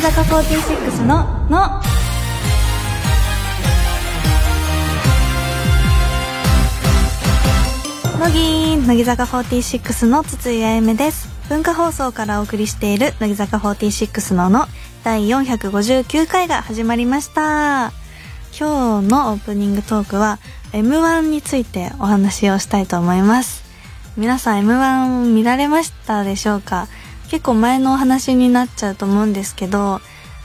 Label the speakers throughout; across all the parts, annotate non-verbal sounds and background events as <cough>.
Speaker 1: 坂46のの乃木乃木坂46の筒井あゆめです文化放送からお送りしている乃木坂46のの第459回が始まりました今日のオープニングトークは M1 についてお話をしたいと思います皆さん M1 見られましたでしょうか結構前のお話になっちゃうと思うんですけど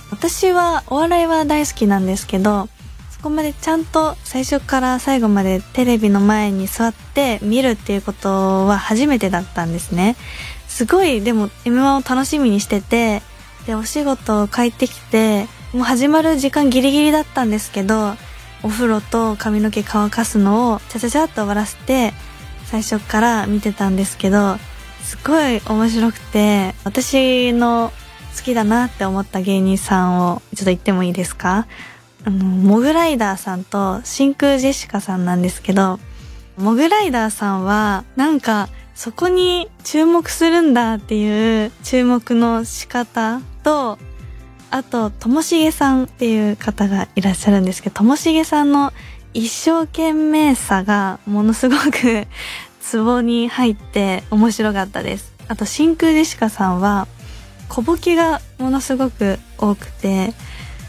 Speaker 1: 私はお笑いは大好きなんですけどそこまでちゃんと最初から最後までテレビの前に座って見るっていうことは初めてだったんですねすごいでも m 1を楽しみにしててでお仕事を帰ってきてもう始まる時間ギリギリだったんですけどお風呂と髪の毛乾かすのをちゃちゃちゃっと終わらせて最初から見てたんですけどすごい面白くて私の好きだなって思った芸人さんをちょっと言ってもいいですかあのモグライダーさんと真空ジェシカさんなんですけどモグライダーさんはなんかそこに注目するんだっていう注目の仕方とあとともしげさんっていう方がいらっしゃるんですけどともしげさんの一生懸命さがものすごく <laughs> ツボに入って面白かったですあと真空ジェシカさんは小ボケがものすごく多くて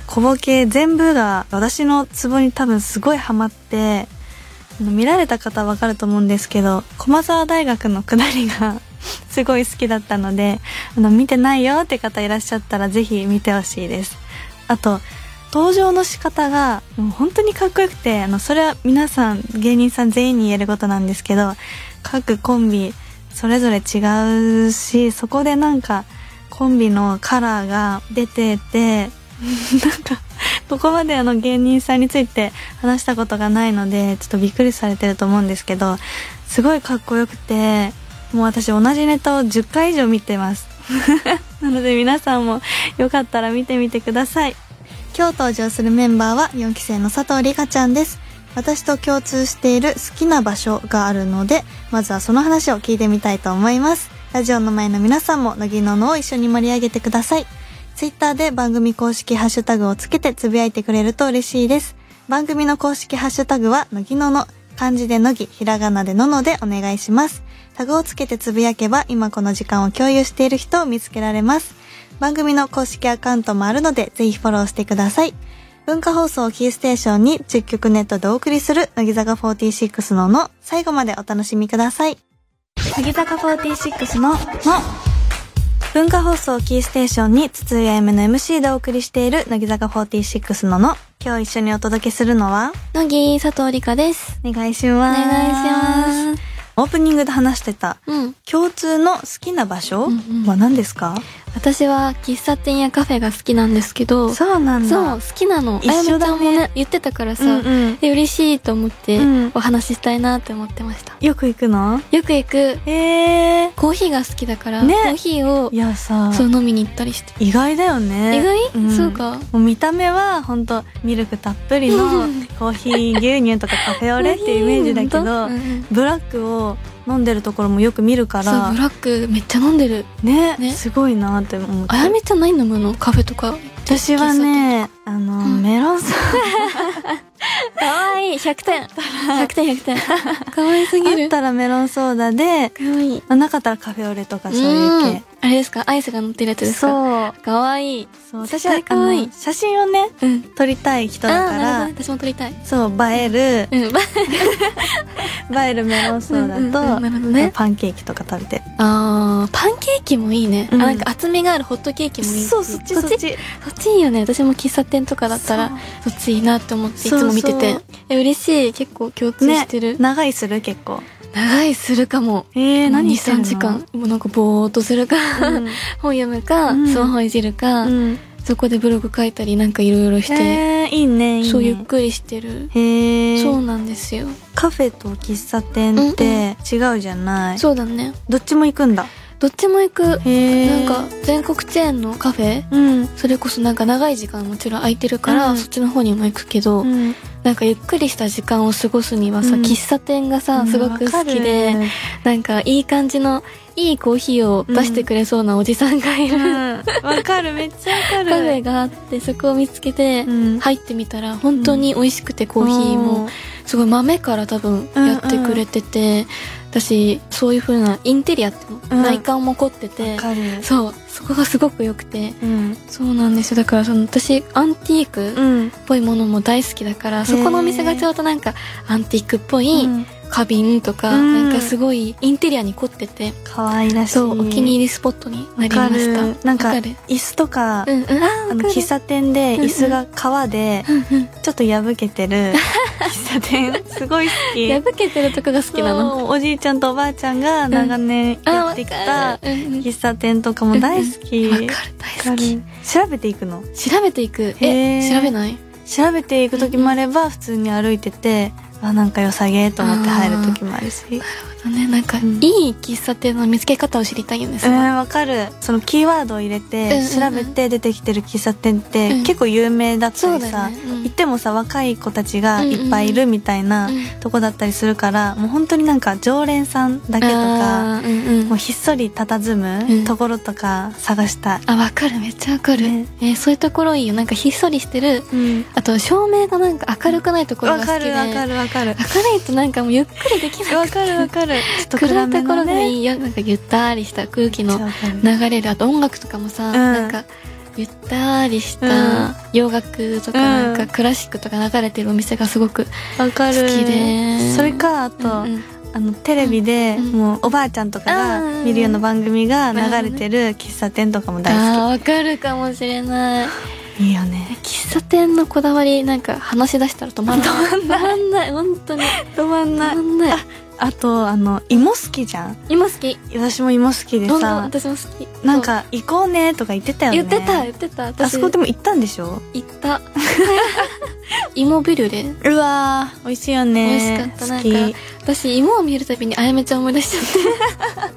Speaker 1: 小ボケ全部が私のツボに多分すごいハマって見られた方わかると思うんですけど駒沢大学の下りが <laughs> すごい好きだったのであの見てないよって方いらっしゃったらぜひ見てほしいですあと登場の仕方がもう本当にかっこよくてあのそれは皆さん芸人さん全員に言えることなんですけど各コンビそれぞれ違うしそこでなんかコンビのカラーが出てて <laughs> なんかここまであの芸人さんについて話したことがないのでちょっとびっくりされてると思うんですけどすごいかっこよくてもう私同じネタを10回以上見てます <laughs> なので皆さんもよかったら見てみてください今日登場するメンバーは4期生の佐藤里香ちゃんです私と共通している好きな場所があるのでまずはその話を聞いてみたいと思いますラジオの前の皆さんも乃木ののを一緒に盛り上げてくださいツイッターで番組公式ハッシュタグをつけてつぶやいてくれると嬉しいです。番組の公式ハッシュタグは、のぎのの、漢字でのぎ、ひらがなでののでお願いします。タグをつけてつぶやけば、今この時間を共有している人を見つけられます。番組の公式アカウントもあるので、ぜひフォローしてください。文化放送キーステーションに10曲ネットでお送りする、乃木坂46のの、最後までお楽しみください。乃木坂46の、の、文化放送キーステーションに筒井あゆめの MC でお送りしている乃木坂46のの今日一緒にお届けするのは
Speaker 2: 乃木佐藤理香です。
Speaker 1: お願いします
Speaker 2: お願いします
Speaker 1: オープニングで話してた
Speaker 2: うん。
Speaker 1: 共通の好きな場所
Speaker 2: うんうん
Speaker 1: は何ですか、
Speaker 2: 私は喫茶店やカフェが好きなんですけど、そう、
Speaker 1: そうなんだ
Speaker 2: 好きなの。
Speaker 1: 一
Speaker 2: あや
Speaker 1: 緒
Speaker 2: めちゃ
Speaker 1: だね
Speaker 2: んもね、言ってたからさ、
Speaker 1: うんうん
Speaker 2: で嬉しいと思って
Speaker 1: うん、
Speaker 2: お話ししたいなって思ってました。
Speaker 1: よく行くの
Speaker 2: よく行く、
Speaker 1: えー、
Speaker 2: コーヒーが好きだから、
Speaker 1: ね
Speaker 2: コーヒーを
Speaker 1: い、やさ
Speaker 2: そう飲みに行ったりして。
Speaker 1: 意外だよね
Speaker 2: 意外、
Speaker 1: ん
Speaker 2: そうか。
Speaker 1: もう見た目は本当ミルクたっぷりの
Speaker 2: うん
Speaker 1: コーヒー牛乳とかカフェオレっていうイメージだけ
Speaker 2: コ
Speaker 1: ど、
Speaker 2: ーヒーうんうん
Speaker 1: ブラックを飲んでるところもよく見るか
Speaker 2: そう、
Speaker 1: ら
Speaker 2: ブラックめっちゃ飲んでる。
Speaker 1: ね
Speaker 2: ね
Speaker 1: すごいなって思って
Speaker 2: あやめちゃん何飲むのカフェとか。
Speaker 1: 私はねあの、
Speaker 2: うん
Speaker 1: メロンサ
Speaker 2: かわいい !100 点 !100 点100点。 <laughs> かわいす
Speaker 1: ワ
Speaker 2: ぎ
Speaker 1: ーあ
Speaker 2: る。
Speaker 1: っ
Speaker 2: か
Speaker 1: たらメロンソーダで
Speaker 2: わいい。
Speaker 1: あなかったらカフェオレとかそう
Speaker 2: う
Speaker 1: いうん
Speaker 2: あれですかアイスが乗ってるやつ
Speaker 1: 系
Speaker 2: ですか
Speaker 1: そう
Speaker 2: かわいい。
Speaker 1: そう
Speaker 2: 絶
Speaker 1: 私は
Speaker 2: 対可愛い
Speaker 1: あの写真をね
Speaker 2: うん。
Speaker 1: 撮りたい人だか
Speaker 2: あーな
Speaker 1: ら
Speaker 2: るほど私も撮りたい。
Speaker 1: そう映える
Speaker 2: うん。 <laughs>
Speaker 1: 映えるメロンソー
Speaker 2: んん
Speaker 1: ダ
Speaker 2: ん
Speaker 1: と
Speaker 2: なるほどね。
Speaker 1: パンケーキとか食べて
Speaker 2: あー、パンケーキもいいね。
Speaker 1: う
Speaker 2: あ、
Speaker 1: ん
Speaker 2: なんか厚みがあるホットケーキもいい。
Speaker 1: そうそっちそっ。
Speaker 2: そ
Speaker 1: ち
Speaker 2: っちいいよね。私も喫茶店とかだったら、そっちいいなって思っていつも見てて
Speaker 1: そう。
Speaker 2: え、嬉しい。結構共通
Speaker 1: ね
Speaker 2: してる。
Speaker 1: 長いする結構
Speaker 2: 長いするかも。
Speaker 1: えー、何してる
Speaker 2: 3
Speaker 1: の
Speaker 2: 時間。もうなんかぼーっとするか、 <laughs> 本読むか、
Speaker 1: うん
Speaker 2: スマホいじるか、
Speaker 1: うん、うん
Speaker 2: そこでブログ書いたりなんかいろいろして、
Speaker 1: えー、いいねいいね
Speaker 2: そうゆっくりしてる。
Speaker 1: へえ
Speaker 2: そうなんですよ。
Speaker 1: カフェと喫茶店って違うじゃない、
Speaker 2: そうだね。
Speaker 1: どっちも行くんだ
Speaker 2: どっちも行く
Speaker 1: へ
Speaker 2: な
Speaker 1: なんん
Speaker 2: か
Speaker 1: か
Speaker 2: 全国チェーンのカフェ
Speaker 1: うん
Speaker 2: それこそなんか長い時間もちろん空いてるから、
Speaker 1: うん
Speaker 2: そっちの方にも行くけど、
Speaker 1: うん
Speaker 2: なんかゆっくりした時間を過ごすにはさ、
Speaker 1: うん
Speaker 2: 喫茶店がさ、すごく好きで、なんかいい感じのいいコーヒーを出してくれそうなおじさんがいる、カ
Speaker 1: わかるわかるめっちゃわか
Speaker 2: フ
Speaker 1: る
Speaker 2: ェがあってそこを見つけて
Speaker 1: うん
Speaker 2: 入ってみたら本当に美味しくてコーヒーもすごい豆から多分やってくれてて、私そういう風なインテリアっても
Speaker 1: うん
Speaker 2: 内観も凝って
Speaker 1: うん
Speaker 2: て
Speaker 1: わ、かる
Speaker 2: そうそこがすごく良くて
Speaker 1: うん
Speaker 2: そうなんですよだからその私アンティークっ
Speaker 1: うん
Speaker 2: ぽいものも大好きだから、そこのお店がちょうどなんかアンティークっぽい花瓶とか、
Speaker 1: う
Speaker 2: な
Speaker 1: ん
Speaker 2: んかすごいインテリアに凝ってて、
Speaker 1: 可愛らしい
Speaker 2: そうお気に入りスポットになりました
Speaker 1: わかるなんか
Speaker 2: わる
Speaker 1: 椅子とか
Speaker 2: うんうんあ
Speaker 1: あの喫茶店で
Speaker 2: うんうん
Speaker 1: 椅子が
Speaker 2: <laughs>
Speaker 1: 革でちょっと破けてる喫茶店すごい好き
Speaker 2: 破けてるとこが好きなの
Speaker 1: そうおじいちゃんとおばあちゃんが長年
Speaker 2: あ
Speaker 1: や
Speaker 2: わか
Speaker 1: って
Speaker 2: る
Speaker 1: きた
Speaker 2: うんうんわ
Speaker 1: 喫茶店とかも大好き
Speaker 2: かる大好き
Speaker 1: わかる調べていくの
Speaker 2: 調べていくえ
Speaker 1: へー
Speaker 2: 調べない
Speaker 1: 調べていく時もあれば普通に歩いててあなんか良さげと思って入る時もあるし
Speaker 2: そうねなんかい
Speaker 1: うん
Speaker 2: い喫茶店の見つけ方を知りたいよね
Speaker 1: う
Speaker 2: す
Speaker 1: ん
Speaker 2: ごい
Speaker 1: わかるそのキーワードを入れ
Speaker 2: うん
Speaker 1: て
Speaker 2: うんう
Speaker 1: 調
Speaker 2: ん
Speaker 1: べて出てきてる喫茶店って
Speaker 2: うん
Speaker 1: 結構有名だったりさ
Speaker 2: そうだよねうん
Speaker 1: 行ってもさ若い子たちがいっぱいいるみたいな
Speaker 2: うん
Speaker 1: とこだったりするからもう本当になんか常連さんだけとか
Speaker 2: あーうんうん
Speaker 1: もうひっそり佇
Speaker 2: うん
Speaker 1: むところとか探したい、
Speaker 2: あわかるめっちゃわかる
Speaker 1: ね
Speaker 2: えーそういうところいいよなんかひっそりしてる
Speaker 1: うん
Speaker 2: あと照明がなんか明るくないところ
Speaker 1: わ
Speaker 2: が好
Speaker 1: か
Speaker 2: きで
Speaker 1: るわか
Speaker 2: る
Speaker 1: るわか
Speaker 2: 明
Speaker 1: る
Speaker 2: るいとなんかもうゆっくりできなくて <laughs>
Speaker 1: わかるわかるちょっと
Speaker 2: 暗
Speaker 1: 暗
Speaker 2: い
Speaker 1: め
Speaker 2: とこ
Speaker 1: の
Speaker 2: ろが
Speaker 1: ね
Speaker 2: いいよなんかゆったりした空気の
Speaker 1: わかる
Speaker 2: 流れるあと音楽とかもさ、
Speaker 1: ん
Speaker 2: なんかゆったりした洋楽とかな
Speaker 1: うんん
Speaker 2: かクラシックとか流れてるお店がすごく
Speaker 1: わかる
Speaker 2: 好きで
Speaker 1: それかあと、
Speaker 2: うんうん
Speaker 1: あのテレビで、
Speaker 2: うん
Speaker 1: もうおばあちゃんとか
Speaker 2: うん
Speaker 1: が見るような番組が流れてる喫茶店とかも
Speaker 2: あー
Speaker 1: 大好
Speaker 2: わかるかもしれない
Speaker 1: きいいよね
Speaker 2: 喫茶店のこだわりなんか話し出したら止まんない止まんない本当に
Speaker 1: 止ま
Speaker 2: 止
Speaker 1: ん
Speaker 2: まんない
Speaker 1: あとあの芋好きじゃん
Speaker 2: 今好き
Speaker 1: 私も芋好きで
Speaker 2: どんどん
Speaker 1: さ
Speaker 2: 私も好き
Speaker 1: なんか行こうねとか言ってた
Speaker 2: そ
Speaker 1: よ
Speaker 2: う
Speaker 1: ね
Speaker 2: 言ってた言ってた私
Speaker 1: あそこでも行ったんでしょ
Speaker 2: 行った <laughs> 芋ビュルレ
Speaker 1: うわー美味しいよね
Speaker 2: 美味しかった
Speaker 1: 好き
Speaker 2: な
Speaker 1: 今
Speaker 2: んか私芋を見るたびにあやめちゃん思い出しちゃっ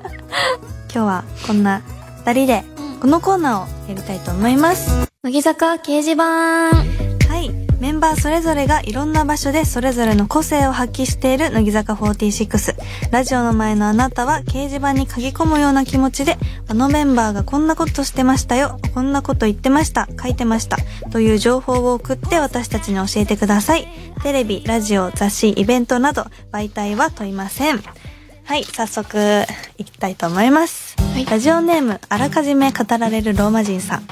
Speaker 1: 日はこんな二人で
Speaker 2: て
Speaker 1: <laughs> このコーナーをやりたいと思います
Speaker 2: 乃木坂掲示板
Speaker 1: はいメンバーそれぞれがいろんな場所でそれぞれの個性を発揮している乃木坂46ラジオの前のあなたは掲示板に書き込むような気持ちであのメンバーがこんなことしてましたよこんなこと言ってました書いてましたという情報を送って私たちに教えてくださいテレビラジオ雑誌イベントなど媒体は問いませんはい早速いきたいと思います、
Speaker 2: はい
Speaker 1: ラジオネームあらかじめ語られるローマ人さん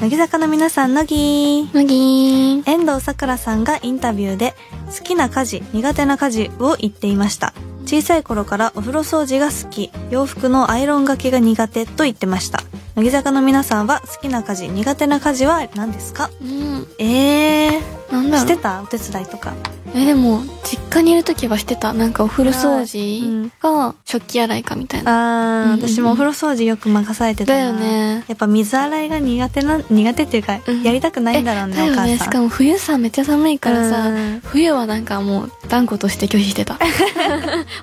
Speaker 1: 乃木坂の皆さん乃木
Speaker 2: 乃木
Speaker 1: 遠藤さくらさんがインタビューで好きな家事苦手な家事を言っていました小さい頃からお風呂掃除が好き洋服のアイロンがけが苦手と言ってました乃木坂の皆さんは好きな家事苦手な家事は何ですか
Speaker 2: うん
Speaker 1: えー、
Speaker 2: なんだ
Speaker 1: し
Speaker 2: ろ
Speaker 1: て
Speaker 2: う
Speaker 1: たお手伝いとか
Speaker 2: えでも実家にいる時はしてたなんかお風呂掃除か食器洗いかみたいなう
Speaker 1: あー
Speaker 2: んうんうん
Speaker 1: 私もお風呂掃除よく任されてた
Speaker 2: だ
Speaker 1: な
Speaker 2: よね
Speaker 1: やっぱ水洗いが苦手な苦手っていうか、
Speaker 2: うん
Speaker 1: やりたくないんだろうね
Speaker 2: え
Speaker 1: お
Speaker 2: よ
Speaker 1: 母
Speaker 2: ね
Speaker 1: さ
Speaker 2: し
Speaker 1: ん
Speaker 2: かも冬さめっちゃ寒いからさ
Speaker 1: うん
Speaker 2: 冬はなんかもう断固として拒否して
Speaker 1: <laughs>
Speaker 2: た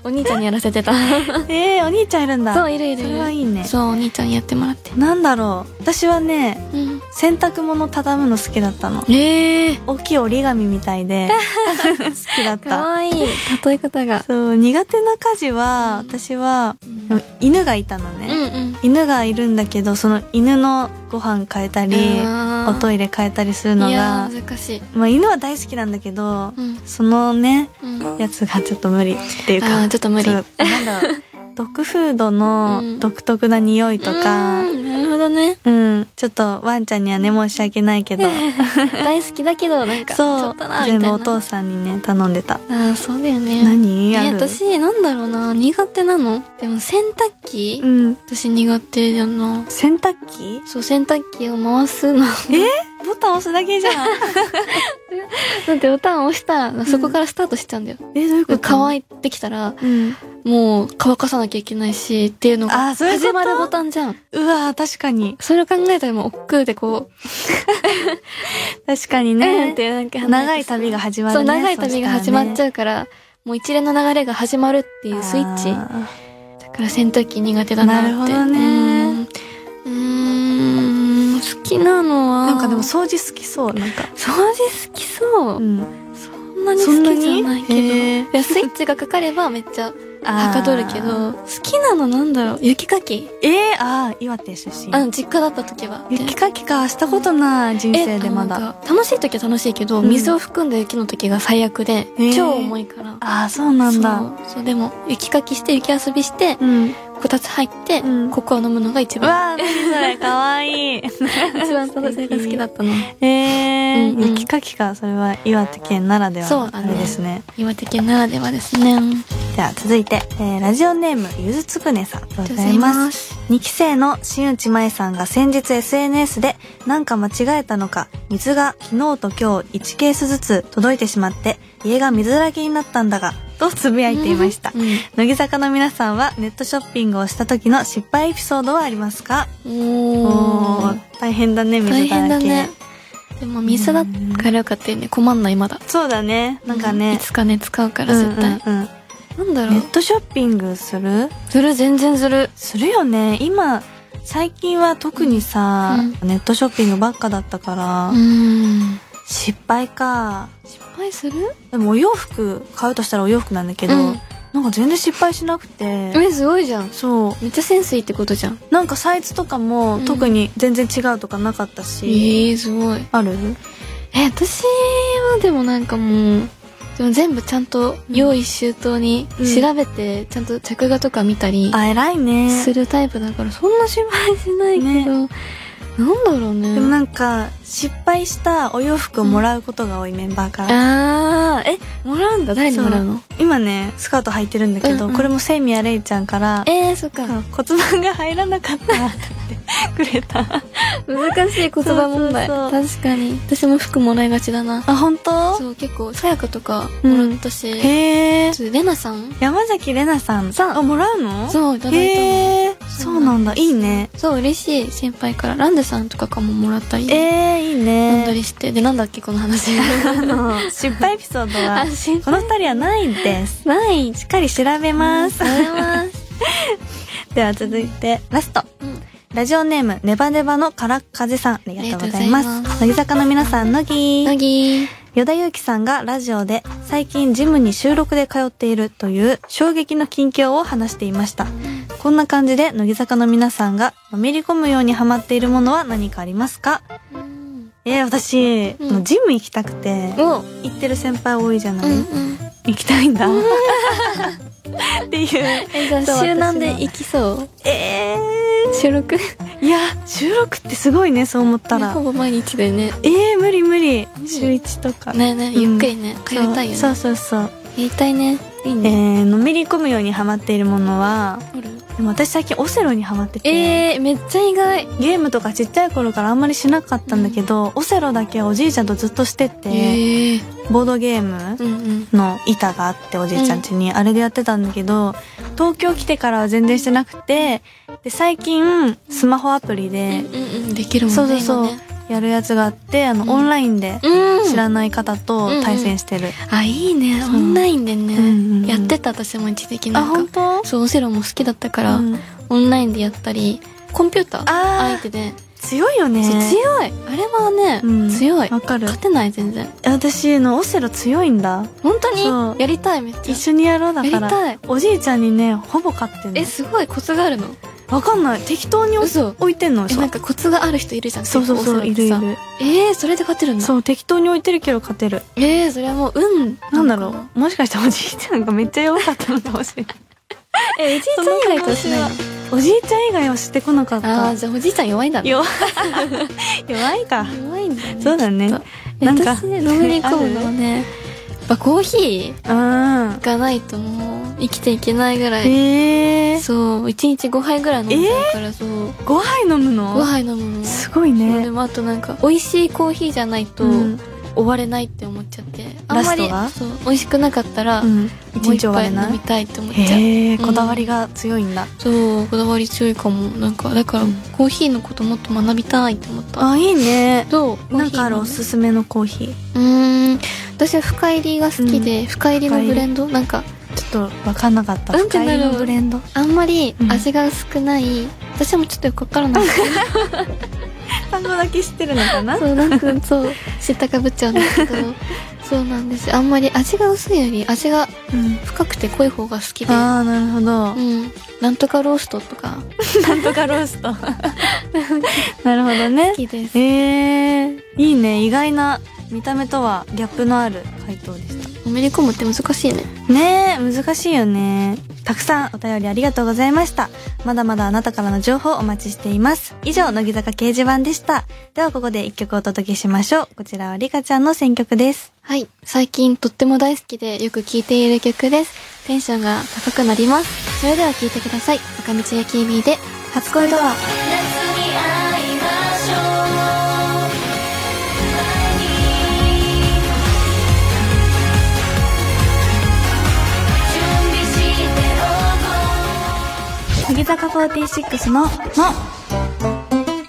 Speaker 2: お兄ちゃんにやらせてた
Speaker 1: えー、お兄ちゃんいるんだ
Speaker 2: そういるいるいる
Speaker 1: それはいいね
Speaker 2: そうお兄ちゃんにやってもらって
Speaker 1: なんだろう私はね
Speaker 2: うん
Speaker 1: 洗濯物畳むの好きだったの
Speaker 2: ええ
Speaker 1: 大きい折り紙みたい
Speaker 2: <laughs>
Speaker 1: で好きだっ
Speaker 2: か
Speaker 1: た
Speaker 2: わいい例え方が
Speaker 1: そう苦手な家事は私はでも犬がいたの
Speaker 2: う
Speaker 1: ね、
Speaker 2: ん
Speaker 1: 犬がいるんだけどその犬のご飯変えたり
Speaker 2: あ
Speaker 1: お
Speaker 2: ー
Speaker 1: トイレ変えたりするの
Speaker 2: いや
Speaker 1: が
Speaker 2: ー難しい
Speaker 1: まあ、犬は大好きなんだけど、
Speaker 2: うん
Speaker 1: そのね
Speaker 2: うん
Speaker 1: やつがちょっと無理っていう
Speaker 2: あ
Speaker 1: か
Speaker 2: ーちょっと無理
Speaker 1: そうなん
Speaker 2: <laughs>
Speaker 1: だろうドッグフードの
Speaker 2: うん
Speaker 1: 独特な匂い
Speaker 2: う
Speaker 1: とか、
Speaker 2: ーんなるほど
Speaker 1: <laughs>
Speaker 2: ね
Speaker 1: うん、ちょっとワンちゃんにはね申し訳ないけど
Speaker 2: 大好きだけどなんかちょ
Speaker 1: そ
Speaker 2: っ
Speaker 1: う
Speaker 2: となみたい
Speaker 1: 全
Speaker 2: な
Speaker 1: 部お父さんにね頼んでた
Speaker 2: ああそうだよね
Speaker 1: 何
Speaker 2: え
Speaker 1: ある
Speaker 2: 私なんだろうな苦手なのでも洗濯機、
Speaker 1: うん
Speaker 2: 私苦手だな
Speaker 1: 洗濯機
Speaker 2: そう洗濯機を回すの <laughs> だ
Speaker 1: ボタン押すだけ
Speaker 2: <laughs>
Speaker 1: じゃん
Speaker 2: ってボタンを押したらそこからスタートしちゃうんだよ、
Speaker 1: えどういうことい
Speaker 2: 乾いてきたら
Speaker 1: うん
Speaker 2: もう乾かさなきゃいけないしっていうのが
Speaker 1: あーそういうこと
Speaker 2: 始まるボタンじゃん
Speaker 1: うわー確かに
Speaker 2: それを考えたらもう億劫でこう
Speaker 1: 確かに
Speaker 2: うんっ
Speaker 1: ね
Speaker 2: てなんか
Speaker 1: 長い旅が始まるね
Speaker 2: そう長い旅が始まっち
Speaker 1: ゃう
Speaker 2: ゃうからもう一連の流れが始まるっていうスイッチだから洗濯機苦手だなって。
Speaker 1: なるほどね
Speaker 2: うん。うーん好きなのは。
Speaker 1: なんかでも掃除好きそうなんか、
Speaker 2: 掃除好きそう。
Speaker 1: ん、
Speaker 2: そんなに好きじゃない
Speaker 1: そんなにへ
Speaker 2: け
Speaker 1: ー
Speaker 2: ど。いや、スイッチがかかればめっちゃはかどるけど、好きなのなんだろう雪かき
Speaker 1: えー、あー岩手出身
Speaker 2: あの、実家だった時は。
Speaker 1: 雪かきかしたことない人生でま
Speaker 2: えあの
Speaker 1: だ
Speaker 2: なんか楽しい時は楽しいけど、
Speaker 1: うん
Speaker 2: 水を含んだ雪の時が最悪で、
Speaker 1: へー
Speaker 2: 超重いから。
Speaker 1: ああそうなんだ
Speaker 2: そうそうでも雪かきして雪遊びして、
Speaker 1: うん
Speaker 2: こたつ入って、
Speaker 1: うん
Speaker 2: ココア飲むのが一
Speaker 1: う
Speaker 2: 番
Speaker 1: わー何それかわいい
Speaker 2: 一番それが好きだったの
Speaker 1: えー
Speaker 2: うんうん
Speaker 1: 雪かきかそれは岩手県ならでは
Speaker 2: そう
Speaker 1: の
Speaker 2: だ
Speaker 1: あ
Speaker 2: ね
Speaker 1: れですね
Speaker 2: 岩手県ならではですねあり
Speaker 1: では続いて、えーラジオネームゆずつぐねさんでご
Speaker 2: がとう
Speaker 1: ざ
Speaker 2: ござ
Speaker 1: い
Speaker 2: い
Speaker 1: ます
Speaker 2: ます
Speaker 1: 2期生の新内麻衣さんが先日 SNS でなんか間違えたのか水が昨日と今日1ケースずつ届いてしまって家が水だらけになったんだがとつぶやいていました、
Speaker 2: うん
Speaker 1: 乃木坂の皆さんはネットショッピングをした時の失敗エピソードはありますかお
Speaker 2: お
Speaker 1: ー大変だね
Speaker 2: 大
Speaker 1: 水だ
Speaker 2: 変
Speaker 1: ら
Speaker 2: だ
Speaker 1: け
Speaker 2: ねでも水だからよかったよね困んないまだ
Speaker 1: そうだねなんか
Speaker 2: うい
Speaker 1: ね、
Speaker 2: つかね使うか
Speaker 1: う
Speaker 2: ら
Speaker 1: ん、
Speaker 2: 絶対、
Speaker 1: うんうん
Speaker 2: なんだろ
Speaker 1: ネ
Speaker 2: う
Speaker 1: ットショッピングする
Speaker 2: する全然する
Speaker 1: するよね今最近は特にさ、
Speaker 2: う
Speaker 1: ネットショッピングばっかだったから、
Speaker 2: うん
Speaker 1: 失敗か
Speaker 2: 失敗する
Speaker 1: でもお洋服買うとしたらお洋服なんだけど、
Speaker 2: うん
Speaker 1: なんか全然失敗しなくて、
Speaker 2: えすごいじゃん
Speaker 1: そう
Speaker 2: めっちゃセンスいいってことじゃん
Speaker 1: なんかサイズとかも
Speaker 2: うん
Speaker 1: 特に全然違うとかなかったし、
Speaker 2: ええすごい
Speaker 1: ある
Speaker 2: え私はでもなんかもうでも全部ちゃんと用意周到に
Speaker 1: うん
Speaker 2: 調べて、ちゃんと着画とか見たり
Speaker 1: あ偉いね
Speaker 2: するタイプだからそんな失敗しないけど、なんだろうね
Speaker 1: でもなんか失敗したお洋服をもらうことが多いメンバーから、
Speaker 2: ああえもらうんだ誰にもらうの
Speaker 1: 今ねスカート履いてるんだけど、
Speaker 2: うんうん
Speaker 1: これもセイミヤレイちゃんから
Speaker 2: えー、そっか
Speaker 1: そう骨盤が入らなかったってくれた
Speaker 2: 難しい言葉問題
Speaker 1: そうそう
Speaker 2: 確かに私も服もらいがちだな
Speaker 1: あ本当
Speaker 2: そう結構さやかとかもらったし、
Speaker 1: へえ
Speaker 2: レナさん
Speaker 1: 山崎玲奈さん
Speaker 2: さん
Speaker 1: あもらうの
Speaker 2: そういただいたの、
Speaker 1: へえそうなんだいいね
Speaker 2: そう嬉しい先輩からランデさんとかかももらったり、
Speaker 1: えー、いい
Speaker 2: 飲んだ
Speaker 1: ね
Speaker 2: りしてでなんだっけこの <laughs> 話
Speaker 1: あの失敗エピソード <laughs> は
Speaker 2: 心
Speaker 1: この二人はないんです
Speaker 2: ない
Speaker 1: しっかり調べます
Speaker 2: ありがとうございます、
Speaker 1: では続いてラスト
Speaker 2: うん
Speaker 1: ラジオネームネバネバのから風さんありがとうございま
Speaker 2: ありがとうございます
Speaker 1: 乃木坂の皆さん乃木
Speaker 2: なぎ
Speaker 1: 与田祐希さんがラジオで最近ジムに収録で通っているという衝撃の近況を話していましたこんな感じで乃木坂の皆さんがのめり込むようにハマっているものは何かありますか
Speaker 2: うん
Speaker 1: えー、私、
Speaker 2: うん
Speaker 1: もうジム行きたくて
Speaker 2: おう
Speaker 1: 行ってる先輩多いじゃない、
Speaker 2: ん
Speaker 1: 行きたいんだって
Speaker 2: <laughs>
Speaker 1: いう
Speaker 2: えじゃあ
Speaker 1: そう
Speaker 2: 集団で
Speaker 1: 私も
Speaker 2: 行きそう
Speaker 1: え
Speaker 2: 収録
Speaker 1: ー、いや収録ってすごいねそう思ったら、
Speaker 2: ほぼ毎日だよね
Speaker 1: えー、無理無理
Speaker 2: ん
Speaker 1: 週一とか
Speaker 2: ねえねえ
Speaker 1: うん
Speaker 2: ゆっくりね、通いたいよね
Speaker 1: そうそうそうそう
Speaker 2: やりたいねいい
Speaker 1: え
Speaker 2: ね、
Speaker 1: ー、のめり込むようにハマっているものは
Speaker 2: ある
Speaker 1: でも私最近オセロにハマってて、
Speaker 2: えー、めっちゃ意外
Speaker 1: ゲームとかちっちゃい頃からあんまりしなかったんだけど、オセロだけおじいちゃんとずっとしてて、
Speaker 2: えー、
Speaker 1: ボードゲーム
Speaker 2: うんうん
Speaker 1: の板があっておじいちゃん家に、あれでやってたんだけど東京来てからは全然してなくてで最近スマホアプリで
Speaker 2: うんうんできるもんね
Speaker 1: そうそうそう
Speaker 2: 今ね
Speaker 1: やるやつがあってあの、
Speaker 2: うん
Speaker 1: オンラインで
Speaker 2: うん
Speaker 1: 知らない方と対戦してる、
Speaker 2: あいいねオ
Speaker 1: そう
Speaker 2: ンラインでね、
Speaker 1: うんうんうん
Speaker 2: やってた私も一時期
Speaker 1: あ
Speaker 2: なん
Speaker 1: 本
Speaker 2: か
Speaker 1: 当あ
Speaker 2: そうオセロも好きだったから、オンラインでやったりコンピューター
Speaker 1: あー
Speaker 2: 相手で、
Speaker 1: 強いよね
Speaker 2: そう強いあれはね、
Speaker 1: うん
Speaker 2: 強い
Speaker 1: わかる
Speaker 2: 勝てない全然
Speaker 1: 私のオセロ強いんだ
Speaker 2: 本
Speaker 1: そ
Speaker 2: 当
Speaker 1: う
Speaker 2: にやりたいめっちゃ
Speaker 1: 一緒にやろうだ
Speaker 2: やり
Speaker 1: から
Speaker 2: たい
Speaker 1: おじいちゃんにねほぼ勝ってんの
Speaker 2: えすごいコツがあるの
Speaker 1: わかんない適当に置
Speaker 2: 嘘
Speaker 1: いてんの
Speaker 2: え
Speaker 1: そ
Speaker 2: なん
Speaker 1: う
Speaker 2: かコツがある人いるじゃん
Speaker 1: そうそうそうい
Speaker 2: 結
Speaker 1: る
Speaker 2: 構オセロって
Speaker 1: いる
Speaker 2: さえー、それで勝てるの
Speaker 1: そう適当に置いてるけど勝てる
Speaker 2: えー、それはもう運
Speaker 1: なんだろうもしかしておじいちゃんがめっちゃ弱かったのかも
Speaker 2: <laughs>
Speaker 1: しれない
Speaker 2: えおじいちゃん以外としないの
Speaker 1: おじいちゃん以外はしてこなかった
Speaker 2: ああーじゃあおじいちゃん弱いんだね
Speaker 1: 弱弱いか
Speaker 2: 弱いんだね
Speaker 1: そうだね
Speaker 2: きっと
Speaker 1: なんか
Speaker 2: 私ねのめり込むのはねやっぱコーヒ
Speaker 1: うん
Speaker 2: ーがないともう生きていけないぐらい
Speaker 1: へえ
Speaker 2: そう1日5杯ぐらい飲んじゃうからそう
Speaker 1: 5杯飲むの
Speaker 2: 5杯飲むの
Speaker 1: すごい
Speaker 2: そうで
Speaker 1: ね
Speaker 2: もあとなんか美味しいコーヒーじゃないと
Speaker 1: うん
Speaker 2: 終われないって思っちゃってあ
Speaker 1: ラ
Speaker 2: んま
Speaker 1: スト
Speaker 2: り
Speaker 1: が
Speaker 2: そう美味しくなかったら
Speaker 1: う
Speaker 2: も
Speaker 1: ん一
Speaker 2: う
Speaker 1: 日
Speaker 2: 一
Speaker 1: 終われ
Speaker 2: 杯
Speaker 1: な
Speaker 2: 飲み
Speaker 1: い
Speaker 2: たいって思っちゃう
Speaker 1: へえ
Speaker 2: うん
Speaker 1: こだわりが強いんだ
Speaker 2: そうこだわり強いかもなんかだから
Speaker 1: うん
Speaker 2: コーヒーのこともっと学びたいって思った
Speaker 1: あいいね
Speaker 2: どう
Speaker 1: なんかある
Speaker 2: コ
Speaker 1: お
Speaker 2: ーヒー
Speaker 1: すすめのコーヒー
Speaker 2: うーん私は深入りが好きで、深入りのブレンドなんか
Speaker 1: ちょっと分かんなかった
Speaker 2: なんて言うんだろう
Speaker 1: 深煎りのブレンド
Speaker 2: あんまり
Speaker 1: うん
Speaker 2: 味が薄くない、私もちょっとよくわから
Speaker 1: <laughs>
Speaker 2: ない
Speaker 1: 単語だけ知ってるのかな
Speaker 2: そうなんかそう知ったかぶっちゃうんです
Speaker 1: <laughs>
Speaker 2: けどそうなんですよあんまり味が薄いより味が
Speaker 1: うん
Speaker 2: 深くて濃い方が好きで
Speaker 1: ああなるほど
Speaker 2: うんなんとかローストとか
Speaker 1: なんとかロースト <laughs> なるほどね <laughs>
Speaker 2: 好きです
Speaker 1: えー、いいね意外な見た目とはギャップのある回答でし
Speaker 2: のめり込むって難しいね
Speaker 1: たねえ難しいよねたくさんお便りありがとうございましたまだまだあなたからの情報お待ちしています以上乃木坂掲示板でしたではここで一曲お届けしましょうこちらはリカちゃんの選曲です
Speaker 2: はい最近とっても大好きでよく聴いている曲ですテンションが高くなりますそれでは聴いてください坂道 AKB で初恋ドア
Speaker 1: 乃木坂46のの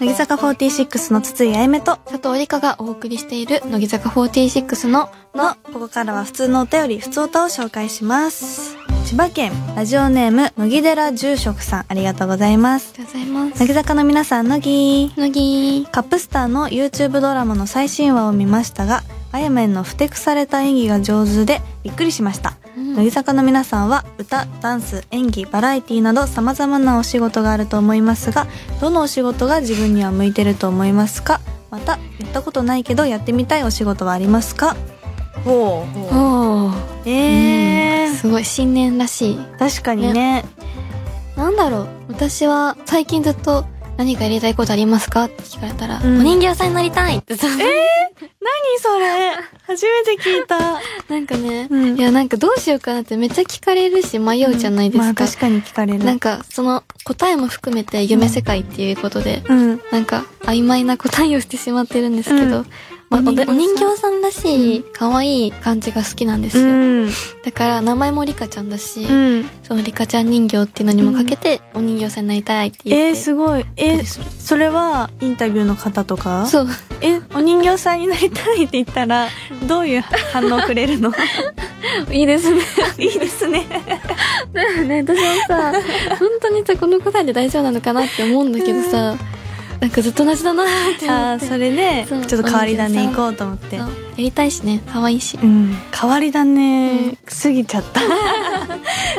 Speaker 1: 乃木坂46の筒井あやめと
Speaker 2: 佐藤理香がお送りしている乃木坂46の
Speaker 1: の、ここからは普通のお便り、普通おたを紹介します。千葉県、ラジオネーム、乃木寺住職さん、ありがとうございます。
Speaker 2: ありがとうございます
Speaker 1: 乃木坂の皆さん、乃木。
Speaker 2: 乃木
Speaker 1: カップスターの YouTube ドラマの最新話を見ましたが、あやめんのふてくされた演技が上手でびっくりしました。
Speaker 2: うん
Speaker 1: 乃木坂の皆さんは歌、ダンス、演技、バラエティなど様々なお仕事があると思いますが、どのお仕事が自分には向いてると思いますかまた、やったことないけどやってみたいお仕事はありますかほうほう。
Speaker 2: おー
Speaker 1: え
Speaker 2: うんすごい新年らしい
Speaker 1: 確かにね
Speaker 2: なんだろう私は最近ずっと何かやりたいことありますかって聞かれたら、
Speaker 1: うん
Speaker 2: お人形さんになりたいってさ、
Speaker 1: 何それ初めて聞いた、
Speaker 2: <laughs> なんかね、
Speaker 1: うん
Speaker 2: いやなんかどうしようかなってめっちゃ聞かれるし迷うじゃないですか。
Speaker 1: まあ確かに聞かれる
Speaker 2: なんかその答えも含めて夢世界っていうことで、
Speaker 1: うん
Speaker 2: なんか曖昧な答えをしてしまってるんですけど、
Speaker 1: うん
Speaker 2: まあ、おで
Speaker 1: お
Speaker 2: お人
Speaker 1: 人形
Speaker 2: 形さんらしい可愛い感じが好きなんです
Speaker 1: う
Speaker 2: よ。
Speaker 1: ん
Speaker 2: だから名前もリカちゃんだし、
Speaker 1: うん
Speaker 2: そのリカちゃん人形っていうのにもかけて、お人形さんになりたいって言って。
Speaker 1: えー、すごいえ
Speaker 2: そ
Speaker 1: それはインタビューの方とか
Speaker 2: そう。
Speaker 1: えお人形さんになりたいって言ったらどういう反応く
Speaker 2: <laughs>
Speaker 1: れるの
Speaker 2: いいですね。
Speaker 1: <laughs> いいですね
Speaker 2: <laughs> だよね、私もさ、本当にさ、この答えで大丈夫なのかなって思うんだけどさ、なんかずっと同じだなって思
Speaker 1: あ
Speaker 2: っ
Speaker 1: ー
Speaker 2: て。
Speaker 1: それでち
Speaker 2: そ
Speaker 1: ょ
Speaker 2: う
Speaker 1: っと変わり種
Speaker 2: お人
Speaker 1: 行
Speaker 2: 形
Speaker 1: こうと思って
Speaker 2: そうやりたいしね、可愛いし
Speaker 1: う。ん変わり種、過ぎちゃった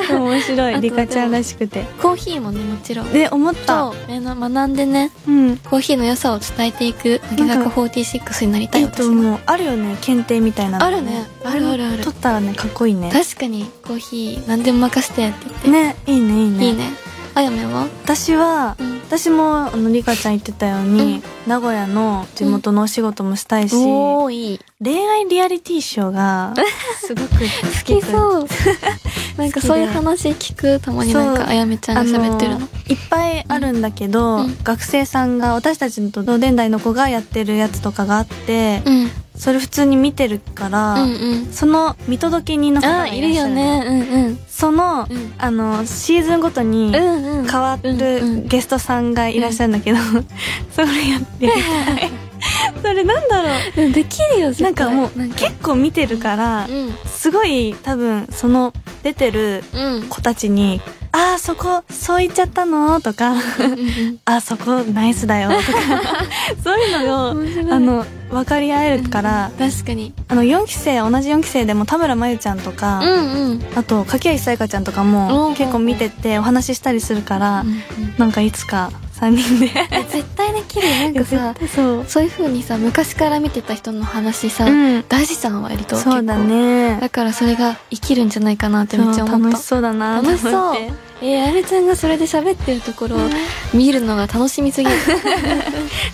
Speaker 1: で <laughs> も面白
Speaker 2: あ
Speaker 1: い
Speaker 2: と
Speaker 1: リカちゃんらしくて
Speaker 2: コーヒーもね、もちろん。
Speaker 1: で思った
Speaker 2: と、えの学んでね、
Speaker 1: うん
Speaker 2: コーヒーの良さを伝えていく、乃木
Speaker 1: なん
Speaker 2: 坂
Speaker 1: か
Speaker 2: 46になりた
Speaker 1: え
Speaker 2: い
Speaker 1: っ
Speaker 2: 私
Speaker 1: と
Speaker 2: は。
Speaker 1: もうあるよね検定みたいなの
Speaker 2: あるねあるあるある
Speaker 1: 取ったらねかっこいいね
Speaker 2: 確かに、コーヒー何でも任せてって言って。
Speaker 1: ねいいねいいね
Speaker 2: いいね。あやめんは
Speaker 1: 私は
Speaker 2: うん
Speaker 1: 私もあのリカちゃん言ってたように、名古屋の地元のお仕事もしたいし、
Speaker 2: おー、いい。
Speaker 1: 恋愛リアリティショ
Speaker 2: <laughs>
Speaker 1: ーがすごく好
Speaker 2: 好き
Speaker 1: う
Speaker 2: そう。なんかそういう話聞く、たまになん
Speaker 1: そう
Speaker 2: かあやめちゃ
Speaker 1: あ
Speaker 2: んが
Speaker 1: の
Speaker 2: 喋ってるの。
Speaker 1: いっぱいあるんだけど、
Speaker 2: うん
Speaker 1: 学生さんが私たちの同年代の子がやってるやつとかがあって、
Speaker 2: うん。
Speaker 1: それ普通に見てるから、
Speaker 2: うんうん。
Speaker 1: その見届け人の方
Speaker 2: あ
Speaker 1: が
Speaker 2: ー
Speaker 1: い
Speaker 2: い
Speaker 1: らっ
Speaker 2: る
Speaker 1: しゃ
Speaker 2: よ
Speaker 1: る
Speaker 2: ねうん
Speaker 1: その、
Speaker 2: うんうん
Speaker 1: あのシーズンごとに
Speaker 2: うんうん
Speaker 1: 変わ
Speaker 2: うんう
Speaker 1: る
Speaker 2: ん
Speaker 1: ゲストさんがいらっしゃるんだけど、 <laughs> それやって
Speaker 2: <laughs>
Speaker 1: みたいそれなんだろう
Speaker 2: でもできるよ絶対
Speaker 1: なんかもう
Speaker 2: なんか
Speaker 1: 結構見てるから
Speaker 2: うん
Speaker 1: すごい多分その出てる
Speaker 2: うん
Speaker 1: 子たちに「ああそこそう言っちゃったの?」と
Speaker 2: <laughs>
Speaker 1: か「あーそこナイスだよ」とかそういうのを
Speaker 2: 面白い
Speaker 1: あの分かり合えるから
Speaker 2: うん確かに
Speaker 1: あの4期生同じ4期生でも田村真由ちゃんとか、
Speaker 2: うんうん
Speaker 1: あと柿谷彩香ちゃんとか
Speaker 2: う
Speaker 1: も
Speaker 2: ん
Speaker 1: 結構見ててお話ししたりするから、
Speaker 2: うんうん
Speaker 1: なんかいつか3人で
Speaker 2: 絶対できるなんかさ
Speaker 1: そう、
Speaker 2: そういう風にさ昔から見てた人の話さ
Speaker 1: うん、
Speaker 2: 大事じゃん割と
Speaker 1: そうだね
Speaker 2: だからそれが生きるんじゃないかなってめっちゃ
Speaker 1: そう
Speaker 2: 思っ
Speaker 1: 楽
Speaker 2: た
Speaker 1: しそうだなと思って
Speaker 2: 楽しえーあやめちゃんがそれで喋ってるところを
Speaker 1: うん
Speaker 2: 見るのが楽しみすぎる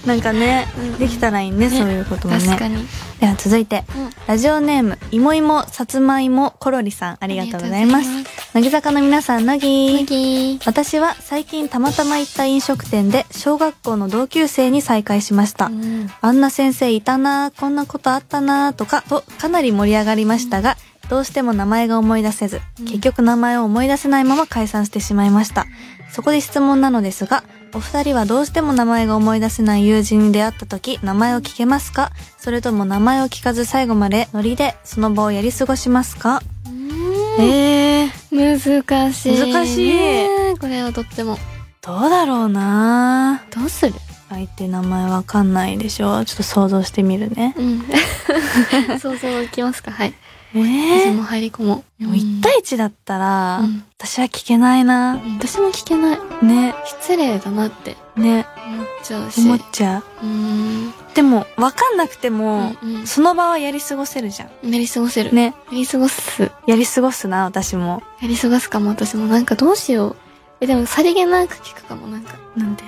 Speaker 1: なんかね
Speaker 2: うん
Speaker 1: できたらいい
Speaker 2: ね
Speaker 1: ねそういうこともね
Speaker 2: 確かに
Speaker 1: では続いて
Speaker 2: うん
Speaker 1: ラジオネームいもいもさつまいもころりさんありがとうございます
Speaker 2: ありがとう
Speaker 1: 乃木坂の皆さん乃
Speaker 2: ござい
Speaker 1: 木
Speaker 2: ます
Speaker 1: 私は最近たまたま行った飲食店で小学校の同級生に再会しました、
Speaker 2: うん
Speaker 1: あんな先生いたなこんなことあったなとかとかなり盛り上がりましたが、どうしても名前が思い出せず、
Speaker 2: うん
Speaker 1: 結局名前を思い出せないまま解散してしまいました。そこで質問なのですが、お二人はどうしても名前が思い出せない友人に出会った時、名前を聞けますかそれとも名前を聞かず最後までノリでその場をやり過ごしますか
Speaker 2: うーん
Speaker 1: えー、
Speaker 2: 難しい。
Speaker 1: 難しい
Speaker 2: ねこれはとっても。
Speaker 1: どうだろうな
Speaker 2: どうする
Speaker 1: 相手名前わかんないでしょちょっと想像してみるね。
Speaker 2: うん。
Speaker 1: <laughs>
Speaker 2: 想像いきますかはい。
Speaker 1: え
Speaker 2: 私
Speaker 1: ー、
Speaker 2: も入り込もう。
Speaker 1: でも1対1だったら、
Speaker 2: うん
Speaker 1: 私は聞けないな
Speaker 2: うん私も聞けない。
Speaker 1: ね、
Speaker 2: 失礼だなって
Speaker 1: ね、
Speaker 2: 思っちゃうし。
Speaker 1: 思っちゃう。
Speaker 2: うーん。
Speaker 1: でも、わかんなくても、
Speaker 2: うん
Speaker 1: その場はやり過ごせるじゃん。
Speaker 2: やり過ごせる。
Speaker 1: ね、
Speaker 2: やり過ごす。や
Speaker 1: やり過ごすな、私も。
Speaker 2: り過ごすかも、私も。なんかどうしよう。え、でもさりげなく聞くかも、なんか。
Speaker 1: なんで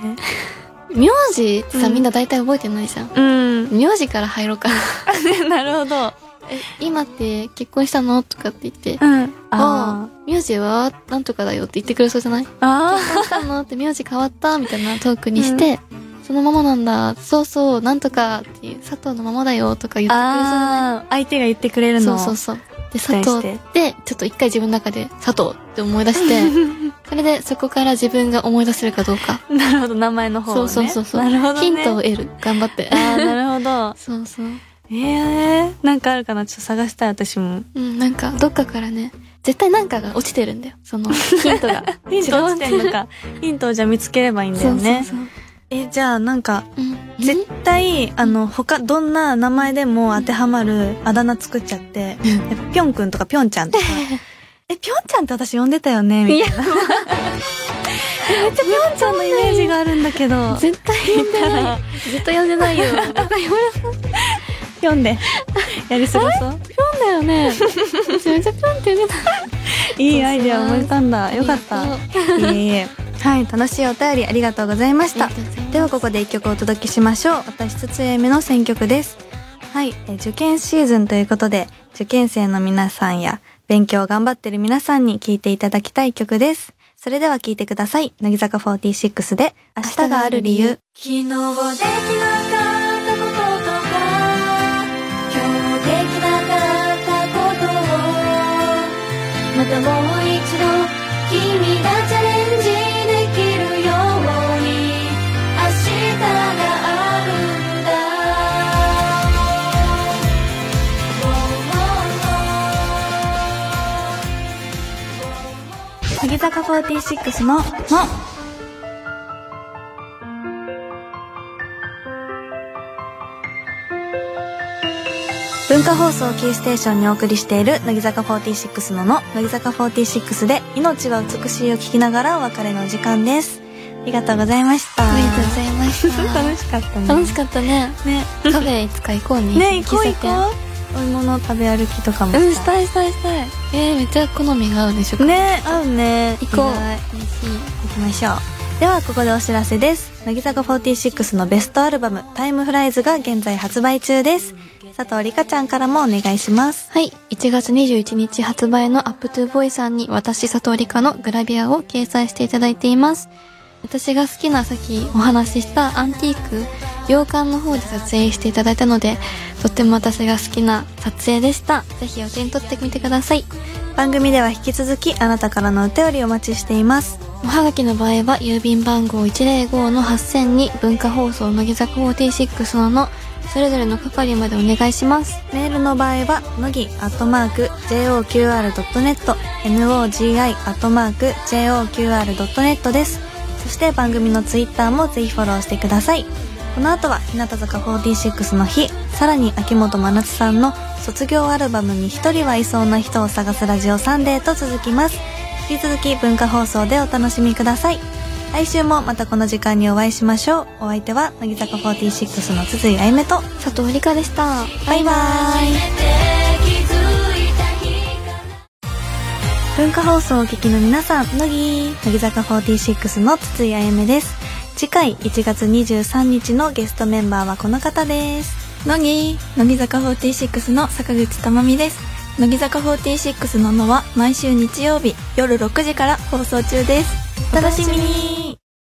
Speaker 2: 名字ってさ、
Speaker 1: うん
Speaker 2: みんな大体覚えてないじゃん。
Speaker 1: うん。
Speaker 2: 名字から入ろうかな。 <laughs>
Speaker 1: <laughs> なるほど。
Speaker 2: 今って結婚したのとかって言って。
Speaker 1: うん。
Speaker 2: あ
Speaker 1: あ
Speaker 2: あ、名字はなんとかだよって言ってくれそうじゃない
Speaker 1: あ。あ
Speaker 2: どうしたのって名字変わったみたいなトークにして、そのままなんだ、そうそう、なんとかっていう、佐藤のままだよとか言ってくれそうじゃない
Speaker 1: あ。相手が言ってくれる
Speaker 2: そ
Speaker 1: の
Speaker 2: う
Speaker 1: を。
Speaker 2: そう
Speaker 1: そ
Speaker 2: そう。で、佐藤って、ちょっと一回自分の中で佐藤って思い出して、
Speaker 1: <laughs> う。
Speaker 2: それでそこから自分が思い出せるかどうか。
Speaker 1: なるほど、名前の方を、ね。
Speaker 2: そうそうそうそう、
Speaker 1: なるほど、ね。
Speaker 2: ヒントを得る。頑張って。
Speaker 1: あ。あ、なるほど
Speaker 2: そうそう。
Speaker 1: え <laughs> えー、なんかあるかなちょっと探したい、私も。
Speaker 2: うん、なんか、どっかからね、絶対なんかが落ちてるんだよ。その、ヒントが。
Speaker 1: <laughs> ヒント落ちてんのか。 <laughs> ヒントをじゃあ見つければいいんだ
Speaker 2: そ
Speaker 1: よ
Speaker 2: うそう
Speaker 1: ね。
Speaker 2: そう。
Speaker 1: え、じゃあなんか、
Speaker 2: うん。 <laughs>
Speaker 1: 絶対、あの、他、どんな名前でも当てはまるあだ名作っちゃって、やっぱぴょんくんとかぴょんちゃんと <laughs> か、え、ぴょんちゃんって私呼んでたよねみた
Speaker 2: い
Speaker 1: いな
Speaker 2: や、。
Speaker 1: めっちゃぴょんちゃんのイメージがあるんだけ <laughs> ど。
Speaker 2: 絶対呼んでない。絶対呼んで <laughs> ないよ。
Speaker 1: 読んで。やり過ごそう。
Speaker 2: だよね。めちゃめちゃピョンって出た。
Speaker 1: いいアイデア思い浮かんだ。よかった。い
Speaker 2: あ
Speaker 1: えいえ。はい、楽しいお便りありがとうございまし
Speaker 2: りが
Speaker 1: た。
Speaker 2: とうございます
Speaker 1: ではここで一曲お届けしましょう。私、筒江目の選曲です。はい、えー受験シーズンということで、受験生の皆さんや、勉強を頑張ってる皆さんに聴いていただきたい曲です。それでは聴いてください。乃木坂46で、明日がある理由。昨日できなかったこととか、今日できなかったことを、またもう一度、君がチャレンジできるように、明日があるんだ」乃木坂46の「の」文化放送キーステーションにお送りしている乃木坂46の「の」乃木坂46で「命は美しい」を聞きながらお別れの時間ですありがとうございました
Speaker 2: ありがとうございまし
Speaker 1: 楽しかったね
Speaker 2: た。楽しかったね。
Speaker 1: たね
Speaker 2: カフェいつか行こうね。
Speaker 1: ね行こう行
Speaker 2: 喫茶
Speaker 1: こうお芋の食べ歩きとかも
Speaker 2: 店うん、したいしたいしたい。えー、めっちゃ好みが合うね、食。
Speaker 1: ね合うね
Speaker 2: 行こう
Speaker 1: 意外。
Speaker 2: 嬉しい。
Speaker 1: 行きましょうではここでお知らせです乃木坂46のベストアルバム「タイムフライズが現在発売中です佐藤里香ちゃんからもお願いします
Speaker 2: はい。1月21日発売のアップトゥーボーイさんに私、佐藤理香のグラビアを掲載していただいています。私が好きなさっきお話ししたアンティーク、洋館の方で撮影していただいたので、とっても私が好きな撮影でした。ぜひお手に取ってみてください。
Speaker 1: 番組では引き続きあなたからのお便りお待ちしています
Speaker 2: おはがきの場合は郵便番号105-8000に文化放送乃木坂46ののそれぞれの係までお願いします。
Speaker 1: メールの場合は乃木アットマーク JOQR.net NOGI アットマーク JOQR.net ですそして番組のツイッターもぜひフォローしてくださいこの後は日向坂46の日さらに秋元真夏さんの卒業アルバムに一人はいそうな人を探すラジオサンデーと続きます引き続き文化放送でお楽しみください来週もまたこの時間にお会いしましょうお相手は乃木坂46の筒井あゆめと
Speaker 2: 佐藤理香でした。
Speaker 1: バイバイ文化放送をお聞きの皆さん、乃木乃木坂46の筒井あゆめです。次回1月23日のゲストメンバーはこの方です。乃木乃木坂46の坂口珠美です。乃木坂46ののは毎週日曜日夜6時から放送中です。お楽しみに